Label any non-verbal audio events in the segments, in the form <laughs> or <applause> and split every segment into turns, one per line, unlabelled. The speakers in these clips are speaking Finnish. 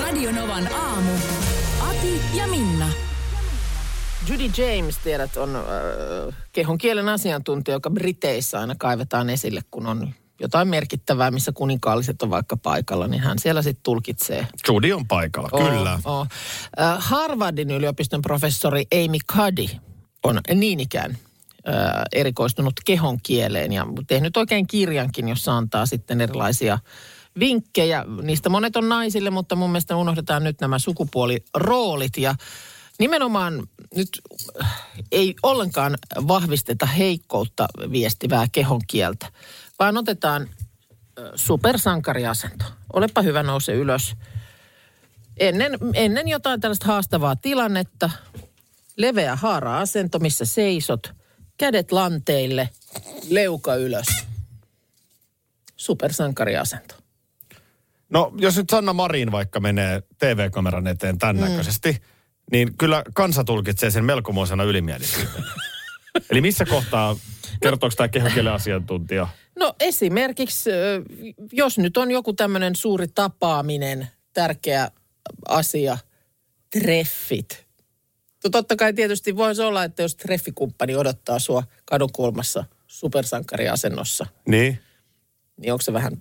Radionovan aamu. Ati ja Minna.
Judy James, tiedät, on äh, kehon kielen asiantuntija, joka Briteissä aina kaivetaan esille, kun on jotain merkittävää, missä kuninkaalliset on vaikka paikalla, niin hän siellä sitten tulkitsee.
Judy on paikalla,
Oo,
kyllä.
oo. Äh, Harvardin yliopiston professori Amy Cuddy on niin ikään äh, erikoistunut kehon kieleen ja tehnyt oikein kirjankin, jossa antaa sitten erilaisia vinkkejä. Niistä monet on naisille, mutta mun mielestä unohdetaan nyt nämä sukupuoliroolit ja nimenomaan nyt äh, ei ollenkaan vahvisteta heikkoutta viestivää kehon kieltä, vaan otetaan äh, supersankariasento. Olepa hyvä, nouse ylös ennen, ennen jotain tällaista haastavaa tilannetta, leveä haara-asento, missä seisot, kädet lanteille, leuka ylös. Supersankariasento.
No, jos nyt Sanna Marin vaikka menee TV-kameran eteen tämän näköisesti,
Mm.
niin kyllä kansa tulkitsee sen melkomuisena
<laughs>
ylimielisyytenä. Eli missä kohtaa, kertooko tämä kehokielen asiantuntija?
No esimerkiksi, ö, jos nyt on joku tämmöinen suuri tapaaminen, tärkeä asia, treffit. No totta kai tietysti voisi olla, että jos treffikumppani odottaa sua kadunkulmassa supersankariasennossa,
Niin.
niin onko se vähän,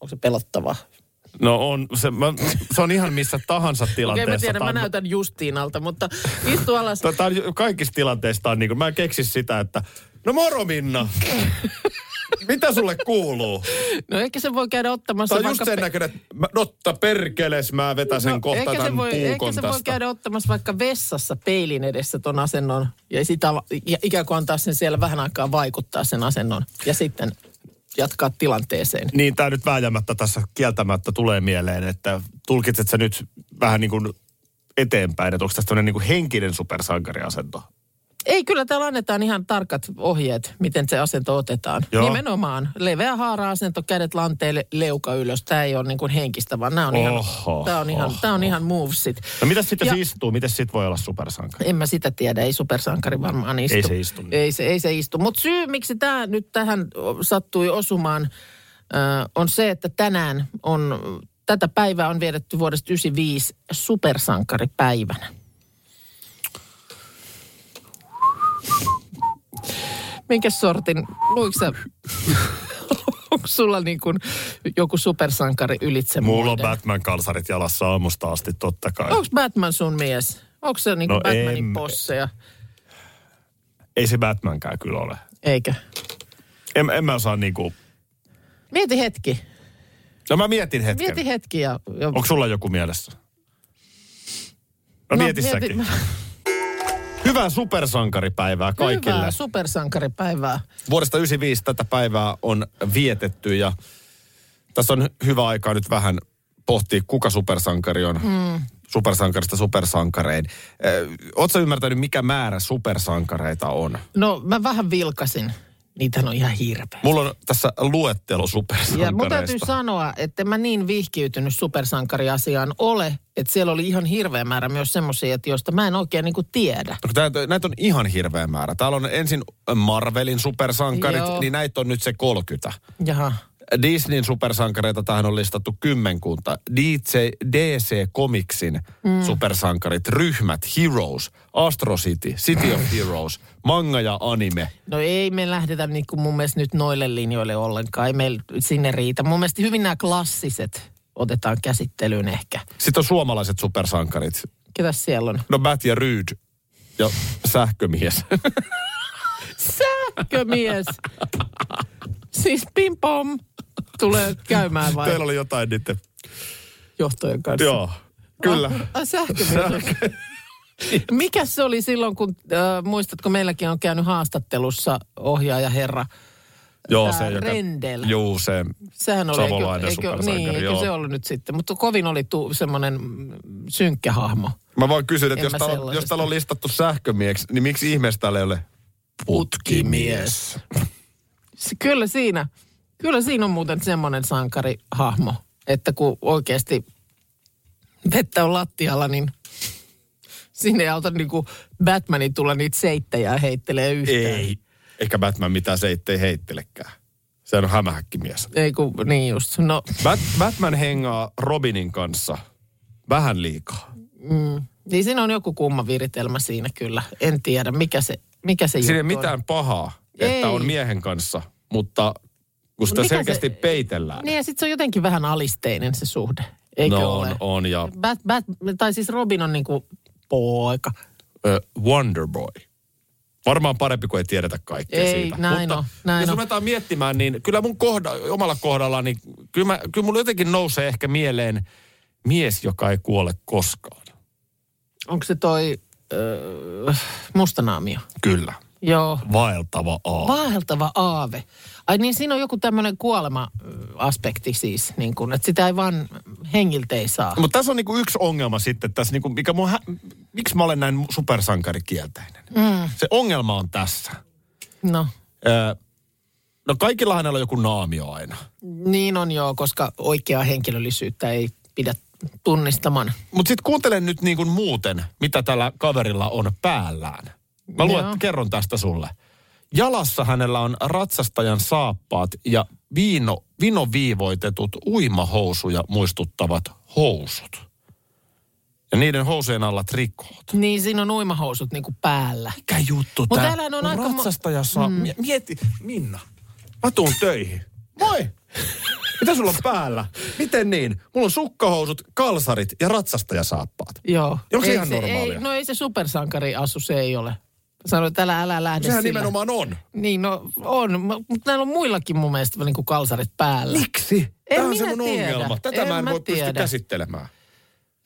onko se pelottavaa?
No on, se, mä, se on ihan missä tahansa
Okei, mä
tilanteessa.
tiedän, mä näytän Justiinalta, mutta istu alas.
Tämä on kaikissa tilanteissa, tää on niin kuin, mä en keksi sitä, että no
<laughs>
moro Minna, mitä sulle kuuluu?
No ehkä se voi käydä ottamassa
Tämä on just
vaikka... No,
sen näköinen, että mä- notta perkeles, mä vetäsen kohta
ehkä,
tämän
se voi, ehkä
puukon
se voi
tästä.
käydä ottamassa vaikka vessassa peilin edessä ton asennon ja, sitä, ja ikään kuin antaa sen siellä vähän aikaa vaikuttaa sen asennon ja sitten jatkaa tilanteeseen.
Niin, tämä nyt vääjäämättä tässä kieltämättä tulee mieleen, että tulkitset sä nyt vähän niin kuin eteenpäin, että onko tässä tämmöinen niin kuin henkinen supersankariasento?
Ei, kyllä täällä annetaan ihan tarkat ohjeet, miten se asento otetaan.
Joo.
Nimenomaan leveä haara-asento, kädet lanteille, leuka ylös. Tämä ei ole niin kuin henkistä, vaan nämä on ihan,
Oho,
tää on ihan, tää on ihan movesit.
No mitä sitten jos
Ja-
istuu, miten sit voi olla supersankari?
En mä sitä tiedä, ei supersankari varmaan istu.
Ei se istu.
Ei se, ei se istu. Mutta syy, miksi tämä nyt tähän sattui osumaan, ö, on se, että tänään on, tätä päivää on viedetty vuodesta 95 supersankaripäivänä. Minkä sortin, luitko sä, <laughs> onko sulla niin kuin joku supersankari ylitse
Mulla on
muiden?
Batman-kalsarit jalassa aamusta asti, totta kai.
Onko Batman sun mies? Onko se niin kuin
No
Batmanin
en-
posseja?
Ei se Batmankään kyllä ole.
Eikä.
En, en mä osaa niinku...
Mieti hetki.
No mä mietin hetken.
Mieti hetki ja... ja...
Onko sulla joku mielessä? No, no mieti säkin.
<laughs>
Hyvää supersankaripäivää kaikille.
Hyvää supersankaripäivää.
Vuodesta 95 tätä päivää on vietetty ja tässä on hyvä aika nyt vähän pohtia, kuka supersankari on.
Hmm.
Mm. Supersankarista supersankarein. Oletko ymmärtänyt, mikä määrä supersankareita on?
No mä vähän vilkasin. Niitähän on ihan hirveä.
Mulla on tässä luettelo
Ja mun täytyy
supersankareista.
sanoa, että en mä niin vihkiytynyt supersankariasiaan ole, että siellä oli ihan hirveä määrä myös semmoisia, että joista mä en oikein niinku tiedä.
No kun tää- Näitä on ihan hirveä määrä. Täällä on ensin Marvelin supersankarit,
Joo.
Joo. niin näitä on nyt se 30.
Jaha.
Disneyn supersankareita tähän on listattu kymmenkunta. DC, DC Comicsin mm. supersankarit, ryhmät, Heroes, Astro City, City of Heroes, manga ja anime.
No ei me lähdetä niinku mun mielestä nyt noille linjoille ollenkaan. Ei meillä sinne riitä. Mun mielestä hyvin nämä klassiset otetaan käsittelyyn ehkä.
Sitten on suomalaiset supersankarit.
Ketäs siellä on?
No Bat ja Ryyd ja sähkömies.
Sähkömies. Siis pim-pom tulee käymään vai
<laughs> Teillä oli jotain niiden...
johtojen kanssa?
Joo, kyllä.
Ah, sähkömies. Mikä se oli silloin, kun äh, muistatko, meilläkin on käynyt haastattelussa ohjaaja herra
Joo,
tää
se, joka,
Rendel.
juu, se
Sehän oli,
savolainen supersankari.
niin, eikö
joo.
se ollut nyt sitten. Mutta kovin oli tu, semmoinen mm, synkkä hahmo.
Mä voin kysyä, että
En
jos
mä
täällä, on- jos
sellaisesta.
täällä on listattu sähkömieksi, niin miksi ihmeessä täällä ei ole
Putkimies. Se- <laughs> Kyllä siinä, kyllä siinä on muuten semmoinen sankarihahmo, että kun oikeasti vettä on lattialla, niin sinne ei auta niin kuin Batmanin tulla niitä seittäjää heittelee yhtään.
Ei. Eikä Batman mitään se ei heittelekään. Sehän on hämähäkkimies.
Ei kun, niin just. No,
Bat- Batman hengaa Robinin kanssa vähän liikaa.
niin siinä on joku kumma viritelmä siinä kyllä. En tiedä, mikä se, mikä se
Siinä ei
juttu
mitään pahaa, että
Ei.
on miehen kanssa, mutta kun sitä
Mikä se-
selkeästi peitellään.
on. Niin ja sitten se on jotenkin vähän alisteinen se suhde, eikö
no
ole?
on, on ja
Bat, bat, tai siis Robin on niin kuin poika.
uh, Wonderboy. Varmaan parempi, kuin ei tiedetä kaikkea
Ei,
siitä.
näin
Mutta
on, näin
jos
on.
ruvetaan miettimään, niin kyllä mun kohda, omalla kohdalla, niin kyllä, mä, kyllä mulla jotenkin nousee ehkä mieleen mies, joka ei kuole koskaan.
Onko se toi öö, mustanaamio?
Kyllä.
Joo.
Vaeltava A.
Vaeltava aave. Ai niin siinä on joku tämmöinen kuolema-aspekti siis, niin kun, että sitä ei vaan hengiltä ei saa.
Mutta tässä on niinku yksi ongelma sitten, tässä niinku, mikä mua, hä- miksi mä olen näin supersankarikielteinen. Mm. Se ongelma on tässä.
No,
Öö, no kaikilla hänellä on joku naamio aina.
niin on joo, koska oikeaa henkilöllisyyttä ei pidä tunnistaman.
Mutta sitten kuuntele nyt niinku muuten, mitä tällä kaverilla on päällään. Mä luen,
Joo.
kerron tästä sulle. Jalassa hänellä on ratsastajan saappaat ja viino, vinoviivoitetut uimahousuja muistuttavat housut. Ja niiden housujen alla trikoot.
Niin siinä on uimahousut niin kuin päällä.
mikä juttu
Mut
tää?
täällähän on
Kun
aika mo-
ratsastaja saa... Mm. Mieti, Minna, mä tuun töihin. Moi! Mitä sulla on päällä? Miten niin? Mulla on sukkahousut, kalsarit ja ratsastajasaappaat.
Joo.
Onko se
Ei
ihan normaalia?
Ei, no ei se supersankari asu, se ei ole. Sanoin, että älä, älä lähde
Sehän
sillä.
nimenomaan on.
Niin, no on, mutta näillä on muillakin mun mielestä niin kuin kalsarit päällä.
Miksi?
En
Tämä on
minä
semmoinen
tiedä.
ongelma. Tätä
En
mä en
mä
voi pysty
tiedä.
käsittelemään.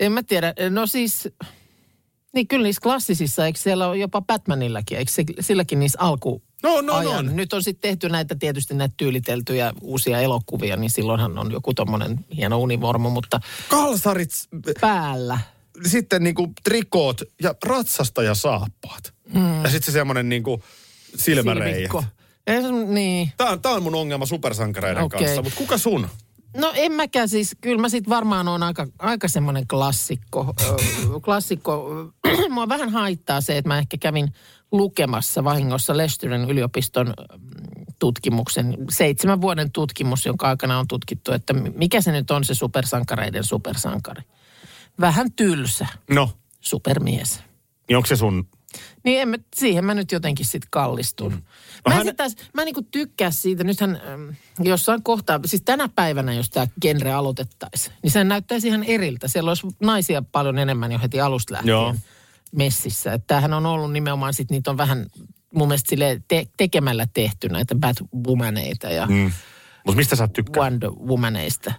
En mä tiedä, no siis, niin kyllä niissä klassisissa, eikö siellä ole jopa Batmanillakin, eikö se, silläkin niissä alku...
No, no, no.
ajan. Nyt on sitten tehty näitä tietysti näitä tyyliteltyjä uusia elokuvia, niin silloinhan on joku tommonen hieno univormu, mutta
Kalsarit,
päällä.
sitten niinku trikoot ja ratsastajasaappaat. Mm. Ja sitten se semmoinen niinku silmäreiä.
Silmikko. Ei se- Niin.
Tämä on, tää on mun ongelma supersankareiden okay.
Okei.
kanssa, mutta kuka sun?
No en mäkään siis, kyllä mä sit varmaan on aika, aika semmoinen klassikko. ö, klassikko. <clears throat> Mua vähän haittaa se, että mä ehkä kävin lukemassa vahingossa Leicesterin yliopiston mm, tutkimuksen, seitsemän vuoden tutkimus, jonka aikana on tutkittu, että mikä se nyt on se supersankareiden supersankari. Vähän tylsä
No,
supermies.
niin onko se sun
Niin en mä, siihen mä nyt jotenkin sit kallistun.
No
Mä,
hän-
hän... taas, mä en niinku tykkää siitä, nythän äm, jossain kohtaa, siis tänä päivänä jos tämä genre aloitettaisiin, niin sehän näyttäisi ihan eriltä. Siellä olisi naisia paljon enemmän jo heti alusta lähtien
Joo.
Joo. messissä. Et tämähän on ollut nimenomaan, sit niitä on vähän mun mielestä silleen te- tekemällä tehty näitä Batwomaneita ja mm.
Mutta mistä sä tykkäät?
Wonder Womaneista.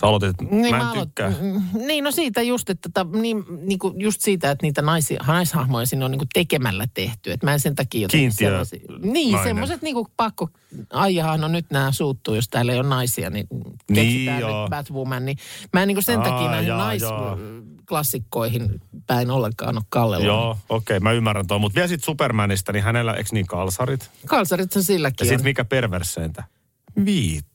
Sä aloitit,
Niin
mä en
aloit-
tykkää.
Mm, Niin, no siitä just, että, ta- niin, niin kuin just siitä, että niitä naisia, naishahmoja siinä on niin kuin tekemällä tehty. Että mä en sen takia jotenkin
Kiintiö
sellaisia- Niin,
nainen.
semmoiset niin kuin pakko, aijahan, no nyt nämä suuttuu, jos täällä ei ole naisia, niin
Niin
keksitään
joo.
nyt Batwoman. Niin mä en niin kuin sen
Aa,
takia näihin
jaa, jaa.
naisklassikkoihin päin ollenkaan ole kallella.
Joo, okei, okay, mä ymmärrän tuon. Mutta vielä sit Supermanista, niin hänellä, eks niin kalsarit?
Kalsarithan
Ja
silläkin
sit
on.
mikä perverseintä? Viitta.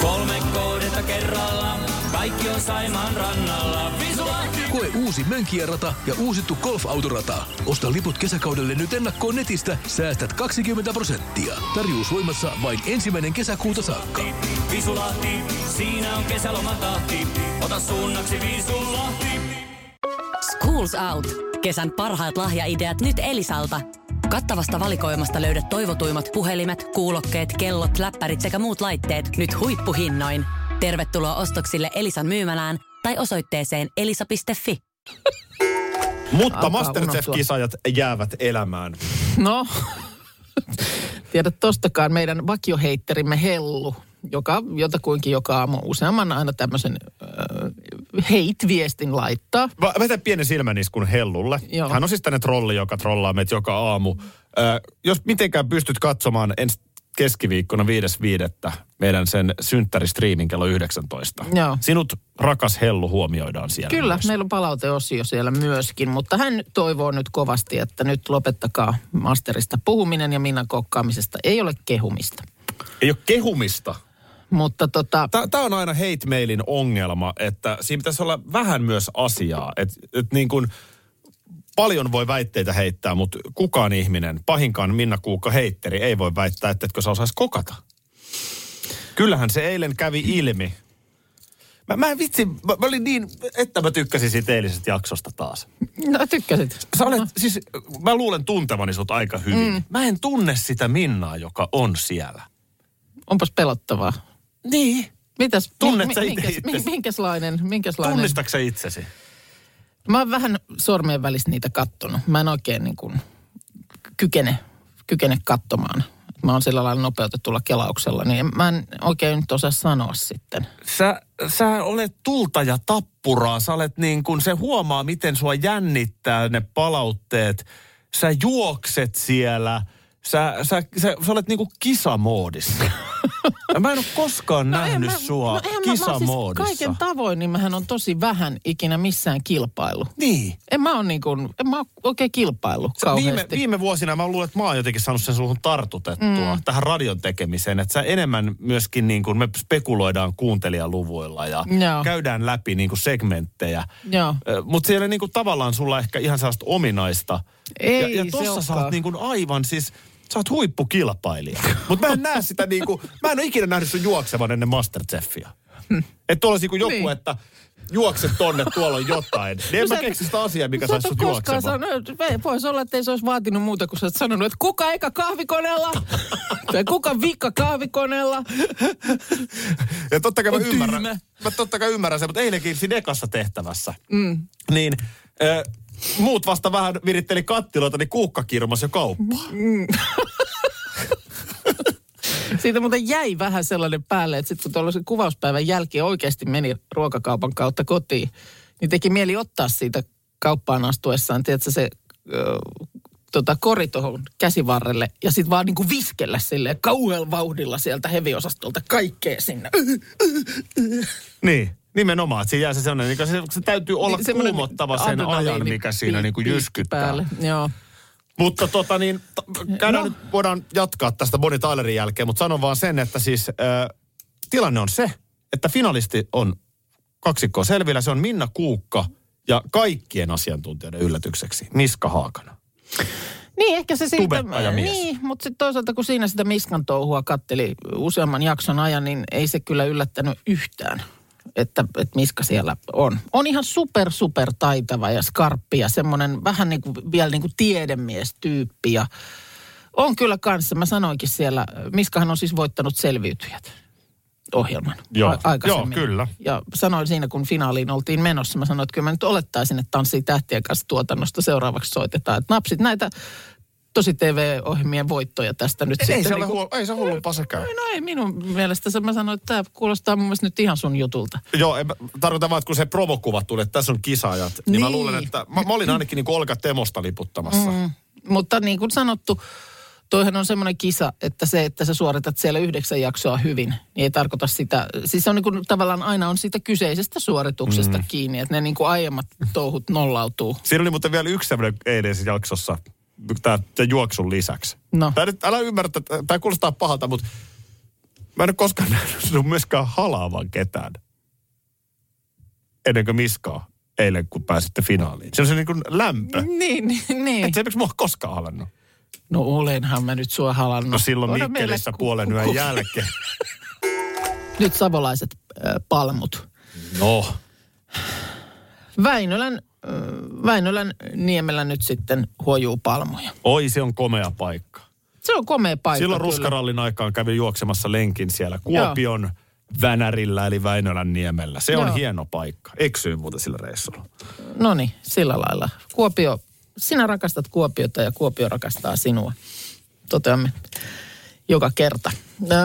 Kolme kohdetta kerralla, kaikki on Saimaan rannalla. Visulahti!
Koe uusi Mönkijärata ja uusittu golfautorata. Osta liput kesäkaudelle nyt ennakkoon netistä, säästät 20 prosenttia. Tarjous voimassa vain ensimmäinen kesäkuuta saakka.
Visulahti, siinä on kesälomatahti. Ota suunnaksi Visulahti!
Schools Out. Kesän parhaat lahjaideat nyt Elisalta. Kattavasta valikoimasta löydät toivotuimmat puhelimet, kuulokkeet, kellot, läppärit sekä muut laitteet nyt huippuhinnoin. Tervetuloa ostoksille Elisan myymälään tai osoitteeseen elisa.fi.
Mutta
Alkaa
Masterchef-kisajat jäävät elämään.
No, <laughs> tiedä tostakaan meidän vakioheitterimme Hellu, joka jotakuinkin joka aamu useamman aina tämmöisen äh, hate-viestin laittaa.
Mä vetän pienen silmäniskun Hellulle.
Joo.
Hän on siis tänne trolli, joka trollaa meitä joka aamu. Ö, jos mitenkään pystyt katsomaan ensi keskiviikkona 5.5. meidän sen synttäristriimin kello 19.
Joo.
Sinut, rakas Hellu, huomioidaan siellä.
Kyllä,
myös.
meillä on palauteosio siellä myöskin, mutta hän toivoo nyt kovasti, että nyt lopettakaa masterista puhuminen ja minä kokkaamisesta. Ei ole kehumista.
Ei ole kehumista.
Mutta tota,
Tämä on aina hate mailin ongelma, että siinä pitäisi olla vähän myös asiaa. Et, et niin kun, paljon voi väitteitä heittää, mutta kukaan ihminen, pahinkaan Minna Kuukka heitteri, ei voi väittää, että etkö sä osaisi kokata. Kyllähän se eilen kävi ilmi. Mä, mä en vitsi, mä, mä olin niin, että mä tykkäsin siitä eilisestä jaksosta taas.
no tykkäsit.
Sä olet, siis, mä luulen tuntevani sut aika hyvin. Mm. Mä en tunne sitä Minnaa, joka on siellä.
Onpas pelottavaa.
Niin.
Mitäs,
Tunnet sä itse
minkäs,
itsesi?
minkäslainen, minkäslainen?
Tunnistatko sä itsesi?
Mä oon vähän sormien välissä niitä kattonut. Mä en oikein niin kuin kykene, kykene katsomaan. Mä oon sillä lailla nopeutetulla kelauksella, niin en- mä en oikein nyt osaa sanoa sitten.
sä, sä olet tulta ja tappuraa. Sä olet niin kuin, se huomaa, miten sua jännittää ne palautteet. Sä juokset siellä. Sä, sä, sä, sä olet niin kuin
<laughs>
kisamoodissa. Ja mä en ole koskaan no nähnyt
mä,
sua
no eihän mä, mä oon
kisamoodissa.
siis kaiken tavoin, niin mähän on tosi vähän ikinä missään kilpailu.
niin.
En mä oon niin kuin, en mä oo oikein kilpailu
Sä- Viime,
kauheasti.
viime vuosina mä luulen, että mä oon jotenkin saanut sen suhun tartutettua mm. tähän radion tekemiseen. Että sä enemmän myöskin niin kuin me spekuloidaan kuuntelijaluvuilla ja
Joo.
käydään läpi niin kuin segmenttejä.
Joo.
Mutta siellä niinku tavallaan sulla ehkä ihan sellaista ominaista.
Ei
ja, ja
se
tossa sä oot
olekaan.
niinku aivan siis, sä oot huippukilpailija. Mutta mä en näe sitä niinku, mä en ole ikinä nähnyt sun juoksevan ennen Masterchefia. Että tuolla olisi niinku joku,
Hmm. Niin.
että juokse tonne, tuolla on
<laughs>
jotain. Niin en
No Sä
mä
et-
keksi sitä asiaa, mikä
sä et
saisi
oo
sut
koskaan
juoksemaan.
sanonut, ei, voisi olla, että ei se olisi vaatinut muuta kuin sä oot sanonut, että kuka eikä
<laughs>
kahvikoneella? tai kuka vikka kahvikoneella?
Ja totta kai mä
On
ymmärrän,
tyhmä.
mä totta kai ymmärrän sen, mutta eilenkin siinä ekassa tehtävässä, mm. niin ö, muut vasta vähän viritteli kattiloita, niin kuukka kirmas jo kauppaan.
Siitä muuten jäi vähän sellainen päälle, että sitten kun tuollaisen kuvauspäivän jälkeen oikeasti meni ruokakaupan kautta kotiin, niin teki mieli ottaa siitä kauppaan astuessaan, tiedätkö, se ö, tota, kori tuohon käsivarrelle ja sitten vaan niinku viskellä silleen kauhealla vauhdilla sieltä heviosastolta kaikkea sinne.
Niin. Nimenomaan, että siinä jää se sellainen, niin se, se täytyy olla
Mm-hmm. Niin,
niin,
semmoinen
kuumottava sen
adrenaliini
ajan, mikä siinä
piik-
niin kuin
piikki
jyskyttää.
Päälle. Joo.
Mutta tota niin, ta- käydään no. nyt, voidaan jatkaa tästä Bonnie Tylerin jälkeen, mutta sanon vaan sen, että siis äh, tilanne on se, että finalisti on kaksikko selvillä. Se on Minna Kuukka ja kaikkien asiantuntijoiden yllätykseksi Miska Haakana.
Niin, ehkä se siitä,
Tubettajamies.
niin, mutta sitten toisaalta kun siinä sitä miskan touhua katteli useamman jakson ajan, niin ei se kyllä yllättänyt yhtään, että, että miska siellä on. On ihan super, super taitava ja skarppi ja semmoinen vähän niin kuin, vielä niin kuin tiedemiestyyppi ja on kyllä kanssa, mä sanoinkin siellä, Miskahan on siis voittanut selviytyjät ohjelman
Joo,
a- aikaisemmin.
joo, kyllä.
Ja sanoin siinä, kun finaaliin oltiin menossa, mä sanoin, että kyllä mä nyt olettaisin, että Tanssii tähtien kanssa tuotannosta seuraavaksi soitetaan. Että napsit näitä tosi TV-ohjelmien voittoja tästä nyt sitten. niin kuin-
huo- niinku- ei se hullumpaa sekään.
No ei minun mielestä. Se mä sanoin, että tämä kuulostaa mun mielestä nyt ihan sun jutulta.
Joo, en, mä- tarkoitan vaan, että kun se provokuva tuli, että tässä on kisajat, niin, niin mä
Niin.
luulen, että mä, mä <clears throat> olin ainakin niin kuin Olga Temosta liputtamassa. Mm.
Mutta niin kuin sanottu, toihan on semmoinen kisa, että se, että sä suoritat siellä yhdeksän jaksoa hyvin, niin ei tarkoita sitä. Siis se on niin kuin, tavallaan aina on siitä kyseisestä suorituksesta mm. kiinni, että ne niin kuin aiemmat touhut nollautuu.
Siinä oli muuten vielä yksi sellainen eilisessä jaksossa, tämä, juoksun lisäksi.
No.
Tää nyt, älä ymmärrä, tämä kuulostaa pahalta, mutta mä en ole koskaan <laughs> nähnyt sinun myöskään halaavan ketään. Ennen kuin miskaa eilen, kun pääsitte finaaliin. Se on se niin kuin lämpö. Mm.
<laughs> Niin, niin, niin.
Et se ei mua koskaan halannut.
No olenhan mä nyt sua halannut.
No silloin
Ota
Mikkelissä
meille ku-
puolen
ku-
yön jälkeen.
Nyt savolaiset äh, palmut.
<laughs> No.
Väinölän ö, Väinölän niemellä nyt sitten huojuu palmuja.
Oi, se on komea paikka.
Se on komea paikka
Silloin
kyllä.
ruskarallin aikaan kävin juoksemassa lenkin siellä Kuopion Vänärillä eli Väinölän niemellä. Se on
Joo.
hieno paikka. Eksyin muuten sillä reissulla.
No niin, sillä lailla. Kuopio, sinä rakastat Kuopiota ja Kuopio rakastaa sinua. Toteamme joka kerta. Öö,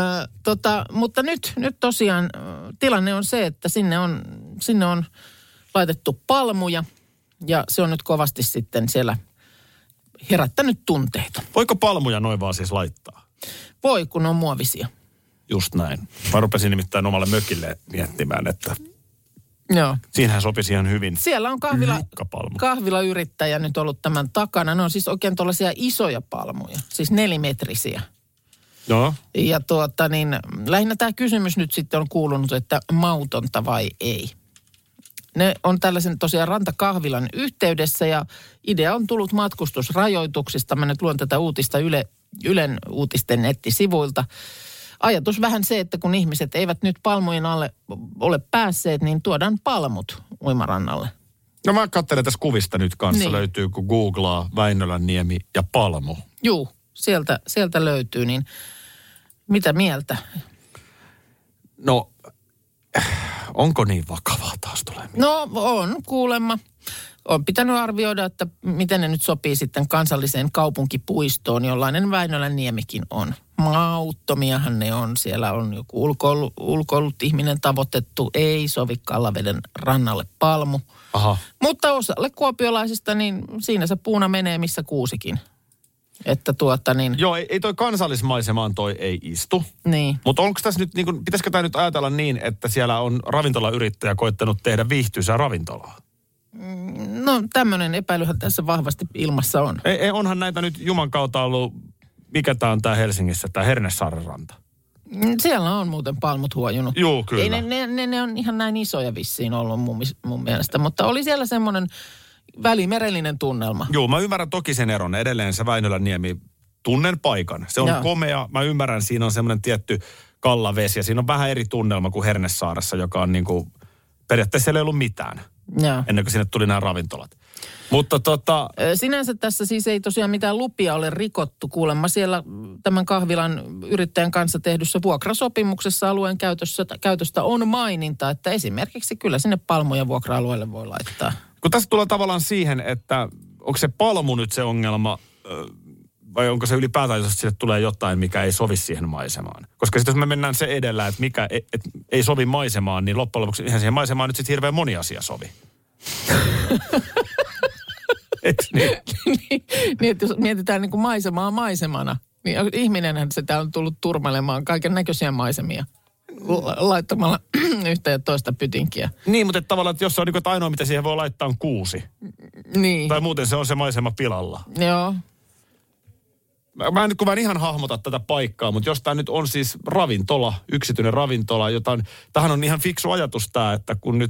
tota, mutta nyt, nyt tosiaan ö, tilanne on se, että sinne on, sinne on laitettu palmuja ja se on nyt kovasti sitten siellä herättänyt tunteita.
Voiko palmuja noin vaan siis laittaa?
Voi kun on muovisia.
Just näin. Mä rupesin nimittäin omalle mökille miettimään, että
Joo.
siinähän sopisi ihan hyvin.
Siellä on kahvila,
Lykkapalmu.
kahvilayrittäjä nyt ollut tämän takana. Ne on siis oikein tuollaisia isoja palmuja, siis nelimetrisiä.
Joo.
Ja tuota niin, lähinnä tämä kysymys nyt sitten on kuulunut, että mautonta vai ei. Ne on tällaisen tosiaan rantakahvilan yhteydessä ja idea on tullut matkustusrajoituksista. Mä nyt luen tätä uutista Yle, Ylen uutisten nettisivuilta. Ajatus vähän se, että kun ihmiset eivät nyt palmujen alle ole päässeet, niin tuodaan palmut uimarannalle.
No mä katselen tässä kuvista nyt kanssa.
Niin.
Niin. Löytyy, kun googlaa Väinölän niemi ja palmu.
Juu, sieltä, sieltä löytyy, niin mitä mieltä?
No, onko niin vakavaa taas tulee?
No on kuulemma. On pitänyt arvioida, että miten ne nyt sopii sitten kansalliseen kaupunkipuistoon, jollainen Väinölän niemikin on. Mauttomiahan ne on. Siellä on joku ulkoilu, ulkoillut ihminen tavoitettu. Ei sovi Kallaveden rannalle palmu.
Aha.
Mutta osalle kuopiolaisista, niin siinä se puuna menee missä kuusikin. Että tuota niin,
Joo, ei, ei toi kansallismaisemaan toi ei istu.
niin.
Mutta onko tässä nyt, niin kun, pitäisikö tämä nyt ajatella niin, että siellä on ravintolayrittäjä koittanut tehdä viihtyisää ravintolaa?
No tämmöinen epäilyhän tässä vahvasti ilmassa on.
Ei, ei, E, onhan näitä nyt Juman kautta ollut, mikä tämä on tämä Helsingissä, tämä Hernesaaren ranta.
Mm, Siellä on muuten palmut huojunut.
Juu, kyllä.
Ei, ne, ne, ne, ne on ihan näin isoja vissiin ollut mun, mis- mun mielestä, mutta oli siellä semmoinen välimerellinen tunnelma.
Joo, mä ymmärrän toki sen eron. Edelleen se Väinölän niemi, tunnen paikan. Se on
Joo.
Joo. komea. Mä ymmärrän, siinä on semmoinen tietty kallavesi ja siinä on vähän eri tunnelma kuin Hernesaaressa, joka on niin kuin, periaatteessa siellä ei ollut mitään
Joo.
ennen kuin sinne tuli nämä ravintolat. Mutta tota,
Ö, Sinänsä tässä siis ei tosiaan mitään lupia ole rikottu. Kuulemma siellä mm, tämän kahvilan yrittäjän kanssa tehdyssä vuokrasopimuksessa alueen käytössä, käytöstä on maininta, että esimerkiksi kyllä sinne palmuja vuokra-alueelle voi laittaa.
kun tässä tulee tavallaan siihen, että onko se palmu nyt se ongelma ö, vai onko se ylipäätään, jos sille tulee jotain, mikä ei sovi siihen maisemaan. Koska sitten jos me mennään se edellä, että mikä ei, et, ei sovi maisemaan, niin loppujen lopuksi eihän siihen maisemaan nyt sitten hirveän moni asia <laughs> sovi. Eiks niin?
niin, että jos mietitään niin kuin maisemaa maisemana, niin ihminenhän se täällä on tullut turmelemaan kaiken näköisiä maisemia la- laittamalla <clears throat> yhtä ja toista pytinkiä.
niin, mutta et tavallaan, että jos se on niin, että ainoa, mitä siihen voi laittaa, on kuusi.
Niin,
Tai muuten se on se maisema pilalla.
joo.
Mä, mä en nyt kun mä en ihan hahmota tätä paikkaa, mutta jos tämä nyt on siis ravintola, yksityinen ravintola, jota on, tähän on ihan fiksu ajatus tämä, että kun nyt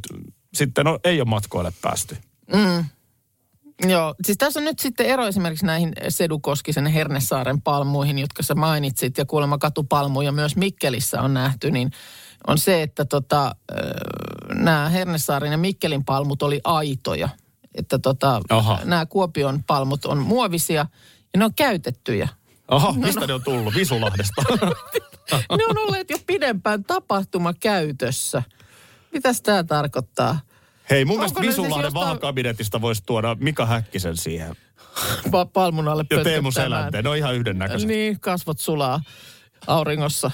sitten on, ei ole matkoille päästy.
Joo, siis tässä on nyt sitten ero esimerkiksi näihin Sedukoskisen Hernesaaren palmuihin, jotka sä mainitsit, ja kuulemma katupalmuja myös Mikkelissä on nähty, niin on se, että tota, nämä Hernesaaren ja Mikkelin palmut oli aitoja. Että tota,
Aha.
nämä Kuopion palmut on muovisia ja ne on
<laughs>
käytettyjä. No,
Aha, mistä ne on
<laughs>
tullut? Visulahdesta.
Ne on olleet jo pidempään tapahtumakäytössä. Mitäs tämä tarkoittaa?
Hei, mun
Onko
mielestä
ne siis
Visulahden
jostain-
vahakabinetista voisi tuoda Mika Häkkisen siihen.
Pa- palmun alle
Ja Teemu
pötköttämään.
Selänteen, ne on ihan yhdennäköiset. Niin.
Niin, kasvot sulaa auringossa.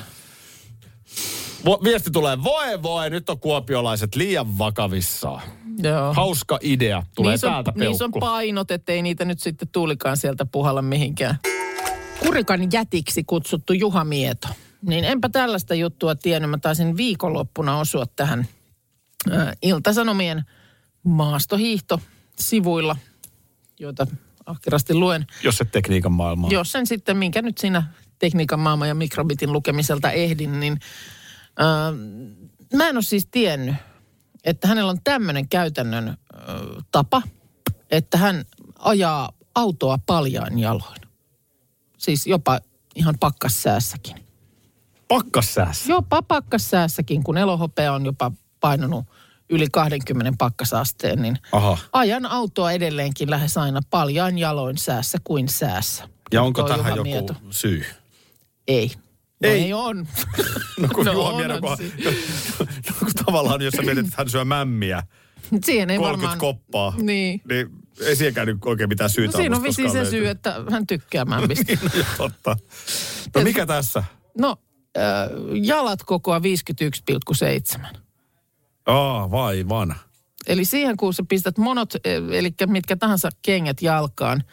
Viesti tulee, voi voi, nyt on kuopiolaiset liian vakavissaan.
Mm. Joo.
Hauska idea, tulee
niissä on,
täältä
Niissä on
peukku.
painot, ettei niitä nyt sitten tuulikaan sieltä puhalla mihinkään. Kurikan jätiksi kutsuttu Juha Mieto. Niin enpä tällaista juttua tiennyt. Mä taisin viikonloppuna osua tähän äh, Iltasanomien maastohiihto-sivuilla, joita ahkerasti luen.
Jos se tekniikan maailmaa.
Jos sen sitten, minkä nyt siinä tekniikan maailman ja mikrobitin lukemiselta ehdin, niin äh, mä en ole siis tiennyt, että hänellä on tämmöinen käytännön äh, tapa, että hän ajaa autoa paljaan jaloin. Siis jopa ihan pakkassäässäkin.
Pakkassäässä.
Jopa pakkassäässäkin, kun elohopea on jopa painanut yli 20 pakkasasteen, niin
Aha.
ajan autoa edelleenkin lähes aina paljain jaloin säässä kuin säässä.
Ja onko
Toi
tähän
Juha
joku
Mieto.
syy?
Ei. No
Ei.
ei. on.
<laughs> No kun
No
no, Juha
onhan
Mieto, kun,
si-
<laughs> no, kun tavallaan jos sä
<clears throat>
mietit, että hän syö mämmiä,
Siihen ei
30
Niin varmaan...
koppaa,
Niin.
niin ei siihenkään nyt oikein mitään
No
syytä
siinä on
ollut
vissiin se
koskaan
syy,
löytynyt.
että hän tykkää
<laughs>
mämmistä.
Niin, totta. No mikä tässä?
No, äh, jalat kokoa 51,7.
Aa, vaivan.
Eli siihen, kun sä pistät monot, e, eli mitkä tahansa kengät jalkaan,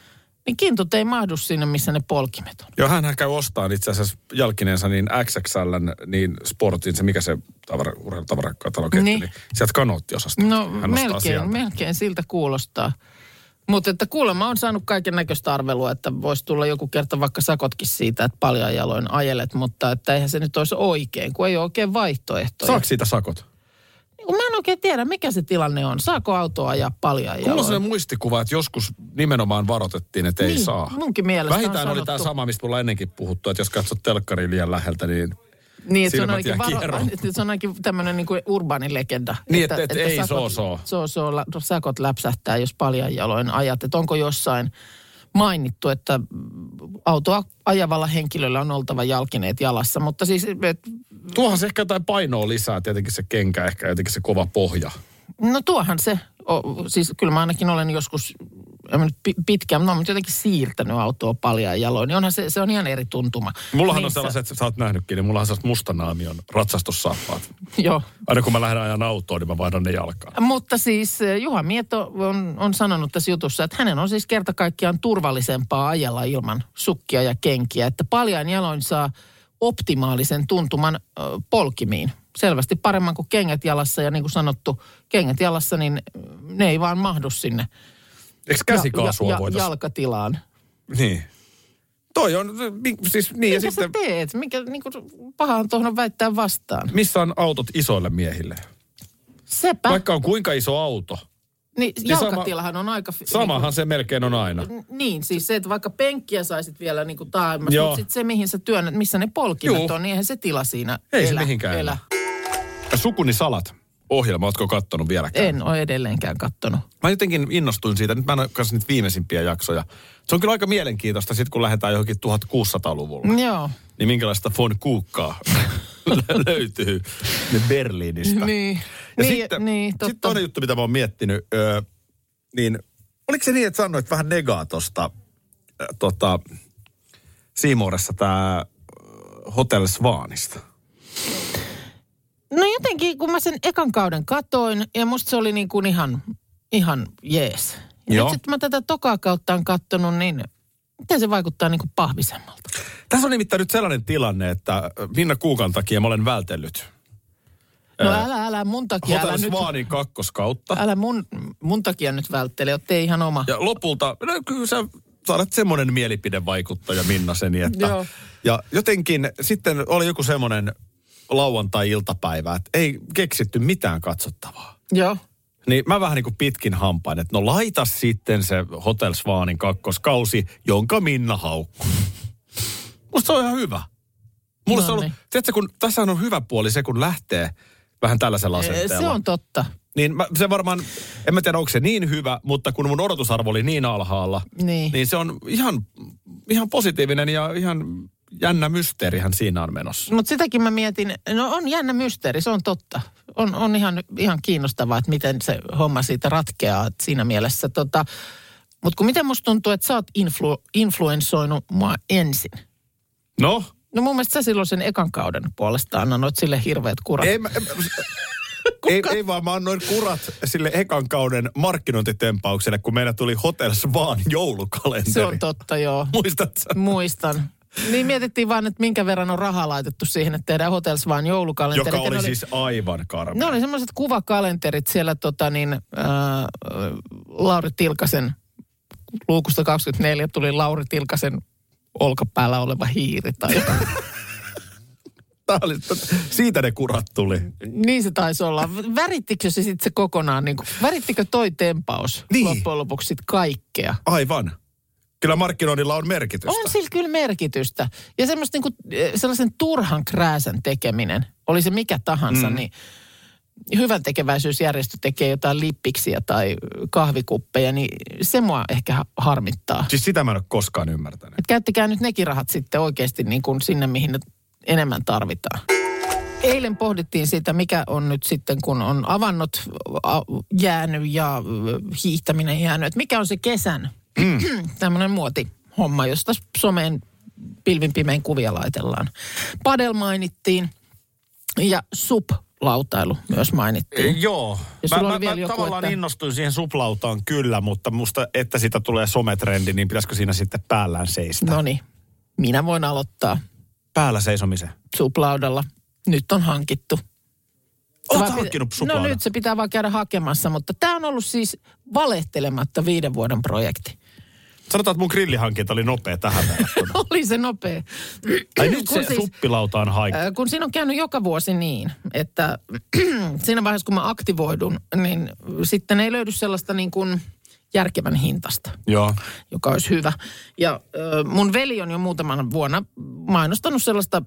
niin kintut ei mahdu sinne, missä ne polkimet on.
Joo, hän käy ostaan itse asiassa jalkineensa niin XXL, niin sportin, se mikä se tavara, urheilutavarakataloketti, niin.
Niin.
niin sieltä kanoottiosasta.
No
Hän ostaa sieltä.
melkein, melkein siltä kuulostaa. Mutta että kuulemma on saanut kaiken näköistä arvelua, että voisi tulla joku kerta vaikka sakotkin siitä, että paljon jaloin ajelet, mutta että eihän se nyt olisi oikein, kun ei ole oikein vaihtoehtoja.
Saako siitä sakot?
Niin kun Mä en oikein tiedä, mikä se tilanne on. Saako auto ajaa paljon
Kuulla
jaloin?
sellainen muistikuva, että joskus nimenomaan varoitettiin, että ei
Niin,
saa.
munkin mielestä on
Vähintään oli tämä
sanottu.
sama, mistä mulla ennenkin puhuttu, että jos katsot telkkari liian läheltä, niin...
Niin, että se on
silmät
ainakin,
jää
varo,
kieroon.
<laughs> että se on ainakin tämmöinen niin kuin urbaani legenda.
Niin, että- että ei soo-soo.
So, so, la, sakot läpsähtää, jos paljon jaloin ajat. Että onko jossain mainittu, että autoa ajavalla henkilöllä on oltava jalkineet jalassa. Mutta siis, et,
Tuohan se ehkä jotain painoa lisää, tietenkin se kenkä ehkä, jotenkin se kova pohja.
no tuohan se, o, siis kyllä mä ainakin olen joskus, en mä nyt pi- pitkään, no, mutta jotenkin siirtänyt autoa paljon jaloin. Niin onhan se, se on ihan eri tuntuma.
Mullahan
Niin
on
sä-
sellaiset, sä oot nähnytkin, niin mullahan on sellaiset mustanaamion ratsastussaappaat.
<laughs> Joo.
Aina kun mä lähden ajan autoon, niin mä vaihdan ne jalkaan.
Mutta siis eh, Juha Mieto on, on sanonut tässä jutussa, että hänen on siis kerta kaikkiaan turvallisempaa ajella ilman sukkia ja kenkiä. Että paljain jaloin saa optimaalisen tuntuman ö, polkimiin. Selvästi paremman kuin kengät jalassa ja niin kuin sanottu, kengät jalassa, niin ne ei vaan mahdu sinne
Eikö
ja-
käsikaasua
ja, ja,
voitaisiin?
jalkatilaan.
Niin. Toi on, mi- siis niin ja
Mitä sä
sitten,
teet? Mikä niin kuin, pahaan tuohon on väittää vastaan?
missä on autot isoille miehille?
Sepä.
Vaikka on kuinka iso auto,
niin,
sama-
jalkatilahan on aika... fi-
samahan se melkein on aina.
Niin, siis se, että vaikka penkkiä saisit vielä niin kuin taaimmas,
Joo.
mutta sitten se, mihin sä työnnät, missä ne polkimet
Juu.
on, niin eihän se tila siinä
Ei se
elä,
mihinkään
elä.
Sukuni salat ohjelma, ootko kattonut vieläkään?
En ole edelleenkään kattonut.
Mä jotenkin innostuin siitä, nyt mä en ole kanssa niitä viimeisimpiä jaksoja. Se on kyllä aika mielenkiintoista sitten, kun lähdetään johonkin 1600-luvulle.
Joo.
niin minkälaista von Kuukkaa <laughs> lö- löytyy ne Berliinistä.
Niin.
Ja
Niin,
sitten,
niin, totta.
sitten toinen juttu, mitä mä oon miettinyt, ö, niin oliko se niin, että sanoit vähän negaa tosta, ö, tota, Siimooressa tämä Hotel Svanista?
No jotenkin, kun mä sen ekan kauden katoin, ja musta se oli niin kuin ihan, ihan jees. Ja
Joo.
nyt sitten mä tätä tokaa kautta on kattonut, niin miten se vaikuttaa niin kuin pahvisemmalta?
Tässä on nimittäin nyt sellainen tilanne, että Minna Kuukan takia mä olen vältellyt
No
Ää,
älä, älä mun takia,
Hotel
älä nyt,
Svanin kakkoskautta.
älä mun, mun takia nyt välttele, otte ihan oma.
Ja lopulta, no kyllä sä saadat semmoinen mielipidevaikuttaja Minna seni, että...
Joo.
Ja jotenkin sitten oli joku semmoinen lauantai-iltapäivä, että ei keksitty mitään katsottavaa.
Joo.
Niin mä vähän niin kuin pitkin hampain, että no laita sitten se Hotel Svanin kakkoskausi, jonka Minna haukkuu. Musta se on ihan hyvä. Mulla se on ollut,
Noniin.
tiedätkö, kun tässä on hyvä puoli se, kun lähtee vähän tällaisella
Ee,
asenteella.
Se on totta.
Niin mä, se varmaan, en mä tiedä onko se niin hyvä, mutta kun mun odotusarvo oli niin alhaalla,
Niin.
niin se on ihan, ihan positiivinen ja ihan jännä mysteerihän siinä on menossa.
Mutta sitäkin mä mietin, no on jännä mysteeri, se on totta. On, on ihan, ihan kiinnostavaa, että miten se homma siitä ratkeaa et siinä mielessä. Tota, Mutta kun miten musta tuntuu, että sä oot influ, influensoinut mua ensin.
No,
No mun mielestä sä silloin sen ekan kauden puolestaan annoit sille hirveät kurat. <laughs>
ei, mä, ei, ei vaan mä annoin kurat sille ekan kauden markkinointitempaukselle, kun meillä tuli Hotel Svan joulukalenteri.
se on totta, joo.
Muistatko?
Muistan. Niin mietittiin vaan, että minkä verran on rahaa laitettu siihen, että tehdään hotels vaan joulukalenteri.
Joka
Ja ne
oli siis aivan karmea.
Ne oli semmoiset kuvakalenterit siellä tota niin, äh, Lauri Tilkasen, luukusta 24 tuli Lauri Tilkasen olkapäällä oleva hiiri tai jotain.
Tää oli, siitä ne kurat tuli.
Niin se taisi olla. Värittikö se sitten se kokonaan, niin kuin, värittikö toi tempaus
Niin.
loppujen lopuksi sit kaikkea?
Aivan. Kyllä markkinoinnilla on merkitystä.
On sillä kyllä merkitystä. Ja niinku, eh, semmoista niin kuin, sellaisen turhan krääsän tekeminen, oli se mikä tahansa, mm. niin hyvän tekeväisyysjärjestö tekee jotain lippiksiä tai kahvikuppeja, niin se mua ehkä ha- harmittaa.
Siis sitä mä en ole koskaan ymmärtänyt.
Et käyttäkää nyt nekin rahat sitten oikeasti niin kuin sinne, mihin ne enemmän tarvitaan. Eilen pohdittiin siitä, mikä on nyt sitten, kun on avannut a- jäänyt ja ö, hiihtäminen jäänyt, että mikä on se kesän <clears throat> mm. tämmöinen muotihomma, josta someen pilvin pimein kuvia laitellaan. Padel mainittiin ja sup-lautailu myös mainittiin.
Eh, Joo.
Ja
Mä,
sulla
mä,
oli
mä
vielä joku,
tavallaan
että-
innostuin siihen suplautaan kyllä, mutta musta, että sitä tulee sometrendi, niin pitäisikö siinä sitten päällään seistä?
No niin, minä voin aloittaa
Päällä seisomisen.
suplaudalla. Nyt on hankittu.
Oletko
Vaan pitä-
hankkinut
No
suplaudan?
nyt se pitää vaan käydä hakemassa, mutta tämä on ollut siis valehtelematta viiden vuoden projekti. <laughs>
Sanotaan, että mun grillihankinta oli nopea tähän verrattuna.
<laughs> Oli se nopea.
Ai nyt
Kun siis-
se suppilauta on haikka.
Ö, kun siinä on käynyt joka vuosi niin, että <clears throat> siinä vaiheessa kun mä aktivoidun, niin sitten ei löydy sellaista niin kuin järkevän hintasta,
Joo.
joka olisi hyvä. Ja ö, mun veli on jo muutaman vuonna mainostanut sellaista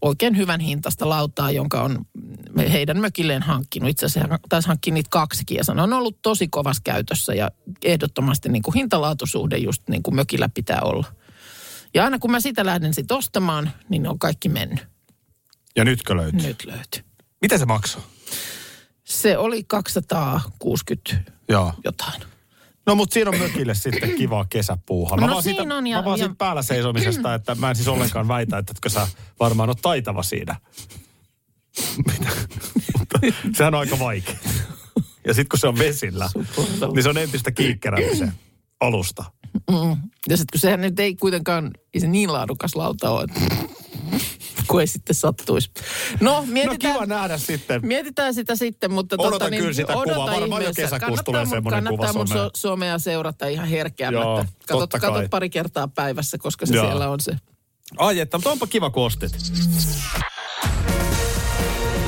oikein hyvän hintasta lautaa, jonka on heidän mökilleen hankkinut. Itse asiassa hän taisi hankkia niitä kaksikin ja sanoi, on ollut tosi kovassa käytössä ja ehdottomasti niin kuin hintalaatusuhde just niin kuin mökillä pitää olla. Ja aina kun mä sitä lähden sitten ostamaan, niin ne on kaikki mennyt.
Ja nytkö löytyy?
Nyt löytyy.
Mitä se maksaa?
Se oli 260
Joo.
jotain.
No mutta siinä on mökille sitten kivaa kesäpuuhaa. Mä
No
vaan
siinä on ja-
Mä vaan
ja-
siitä päällä
<clears throat>
seisomisesta, että mä en siis ollenkaan väitä, että etkö sä varmaan ole taitava siinä. Mitä? Mutta Sehän on aika vaikea. Ja sitten kun se on vesillä, niin se on entistä kiikkerämpi se alusta. No,
Ja sitten kun sehän nyt ei kuitenkaan, ei se niin laadukas lauta ole, että kun ei sitten sattuisi. No,
No
mietitään,
kiva nähdä sitten.
mietitään sitä sitten, mutta
Odotan
tota, niin,
kyllä sitä
odota
kuvaa. Varmaan jo
ihmeessä.
kesäkuussa
Kannattaa
tulee
mun-
semmoinen kuva
Kannattaa mun
someen.
so- somea seurata ihan herkeämättä.
Joo,
katot,
totta kai.
katot pari kertaa päivässä, koska se
Joo.
siellä on se.
Ai että, mutta onpa kiva kun ostit.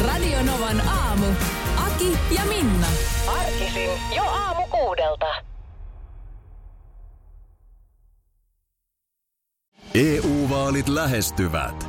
Radio Novan aamu. Aki ja Minna.
Arkisin jo aamu kuudelta.
EU-vaalit E lähestyvät.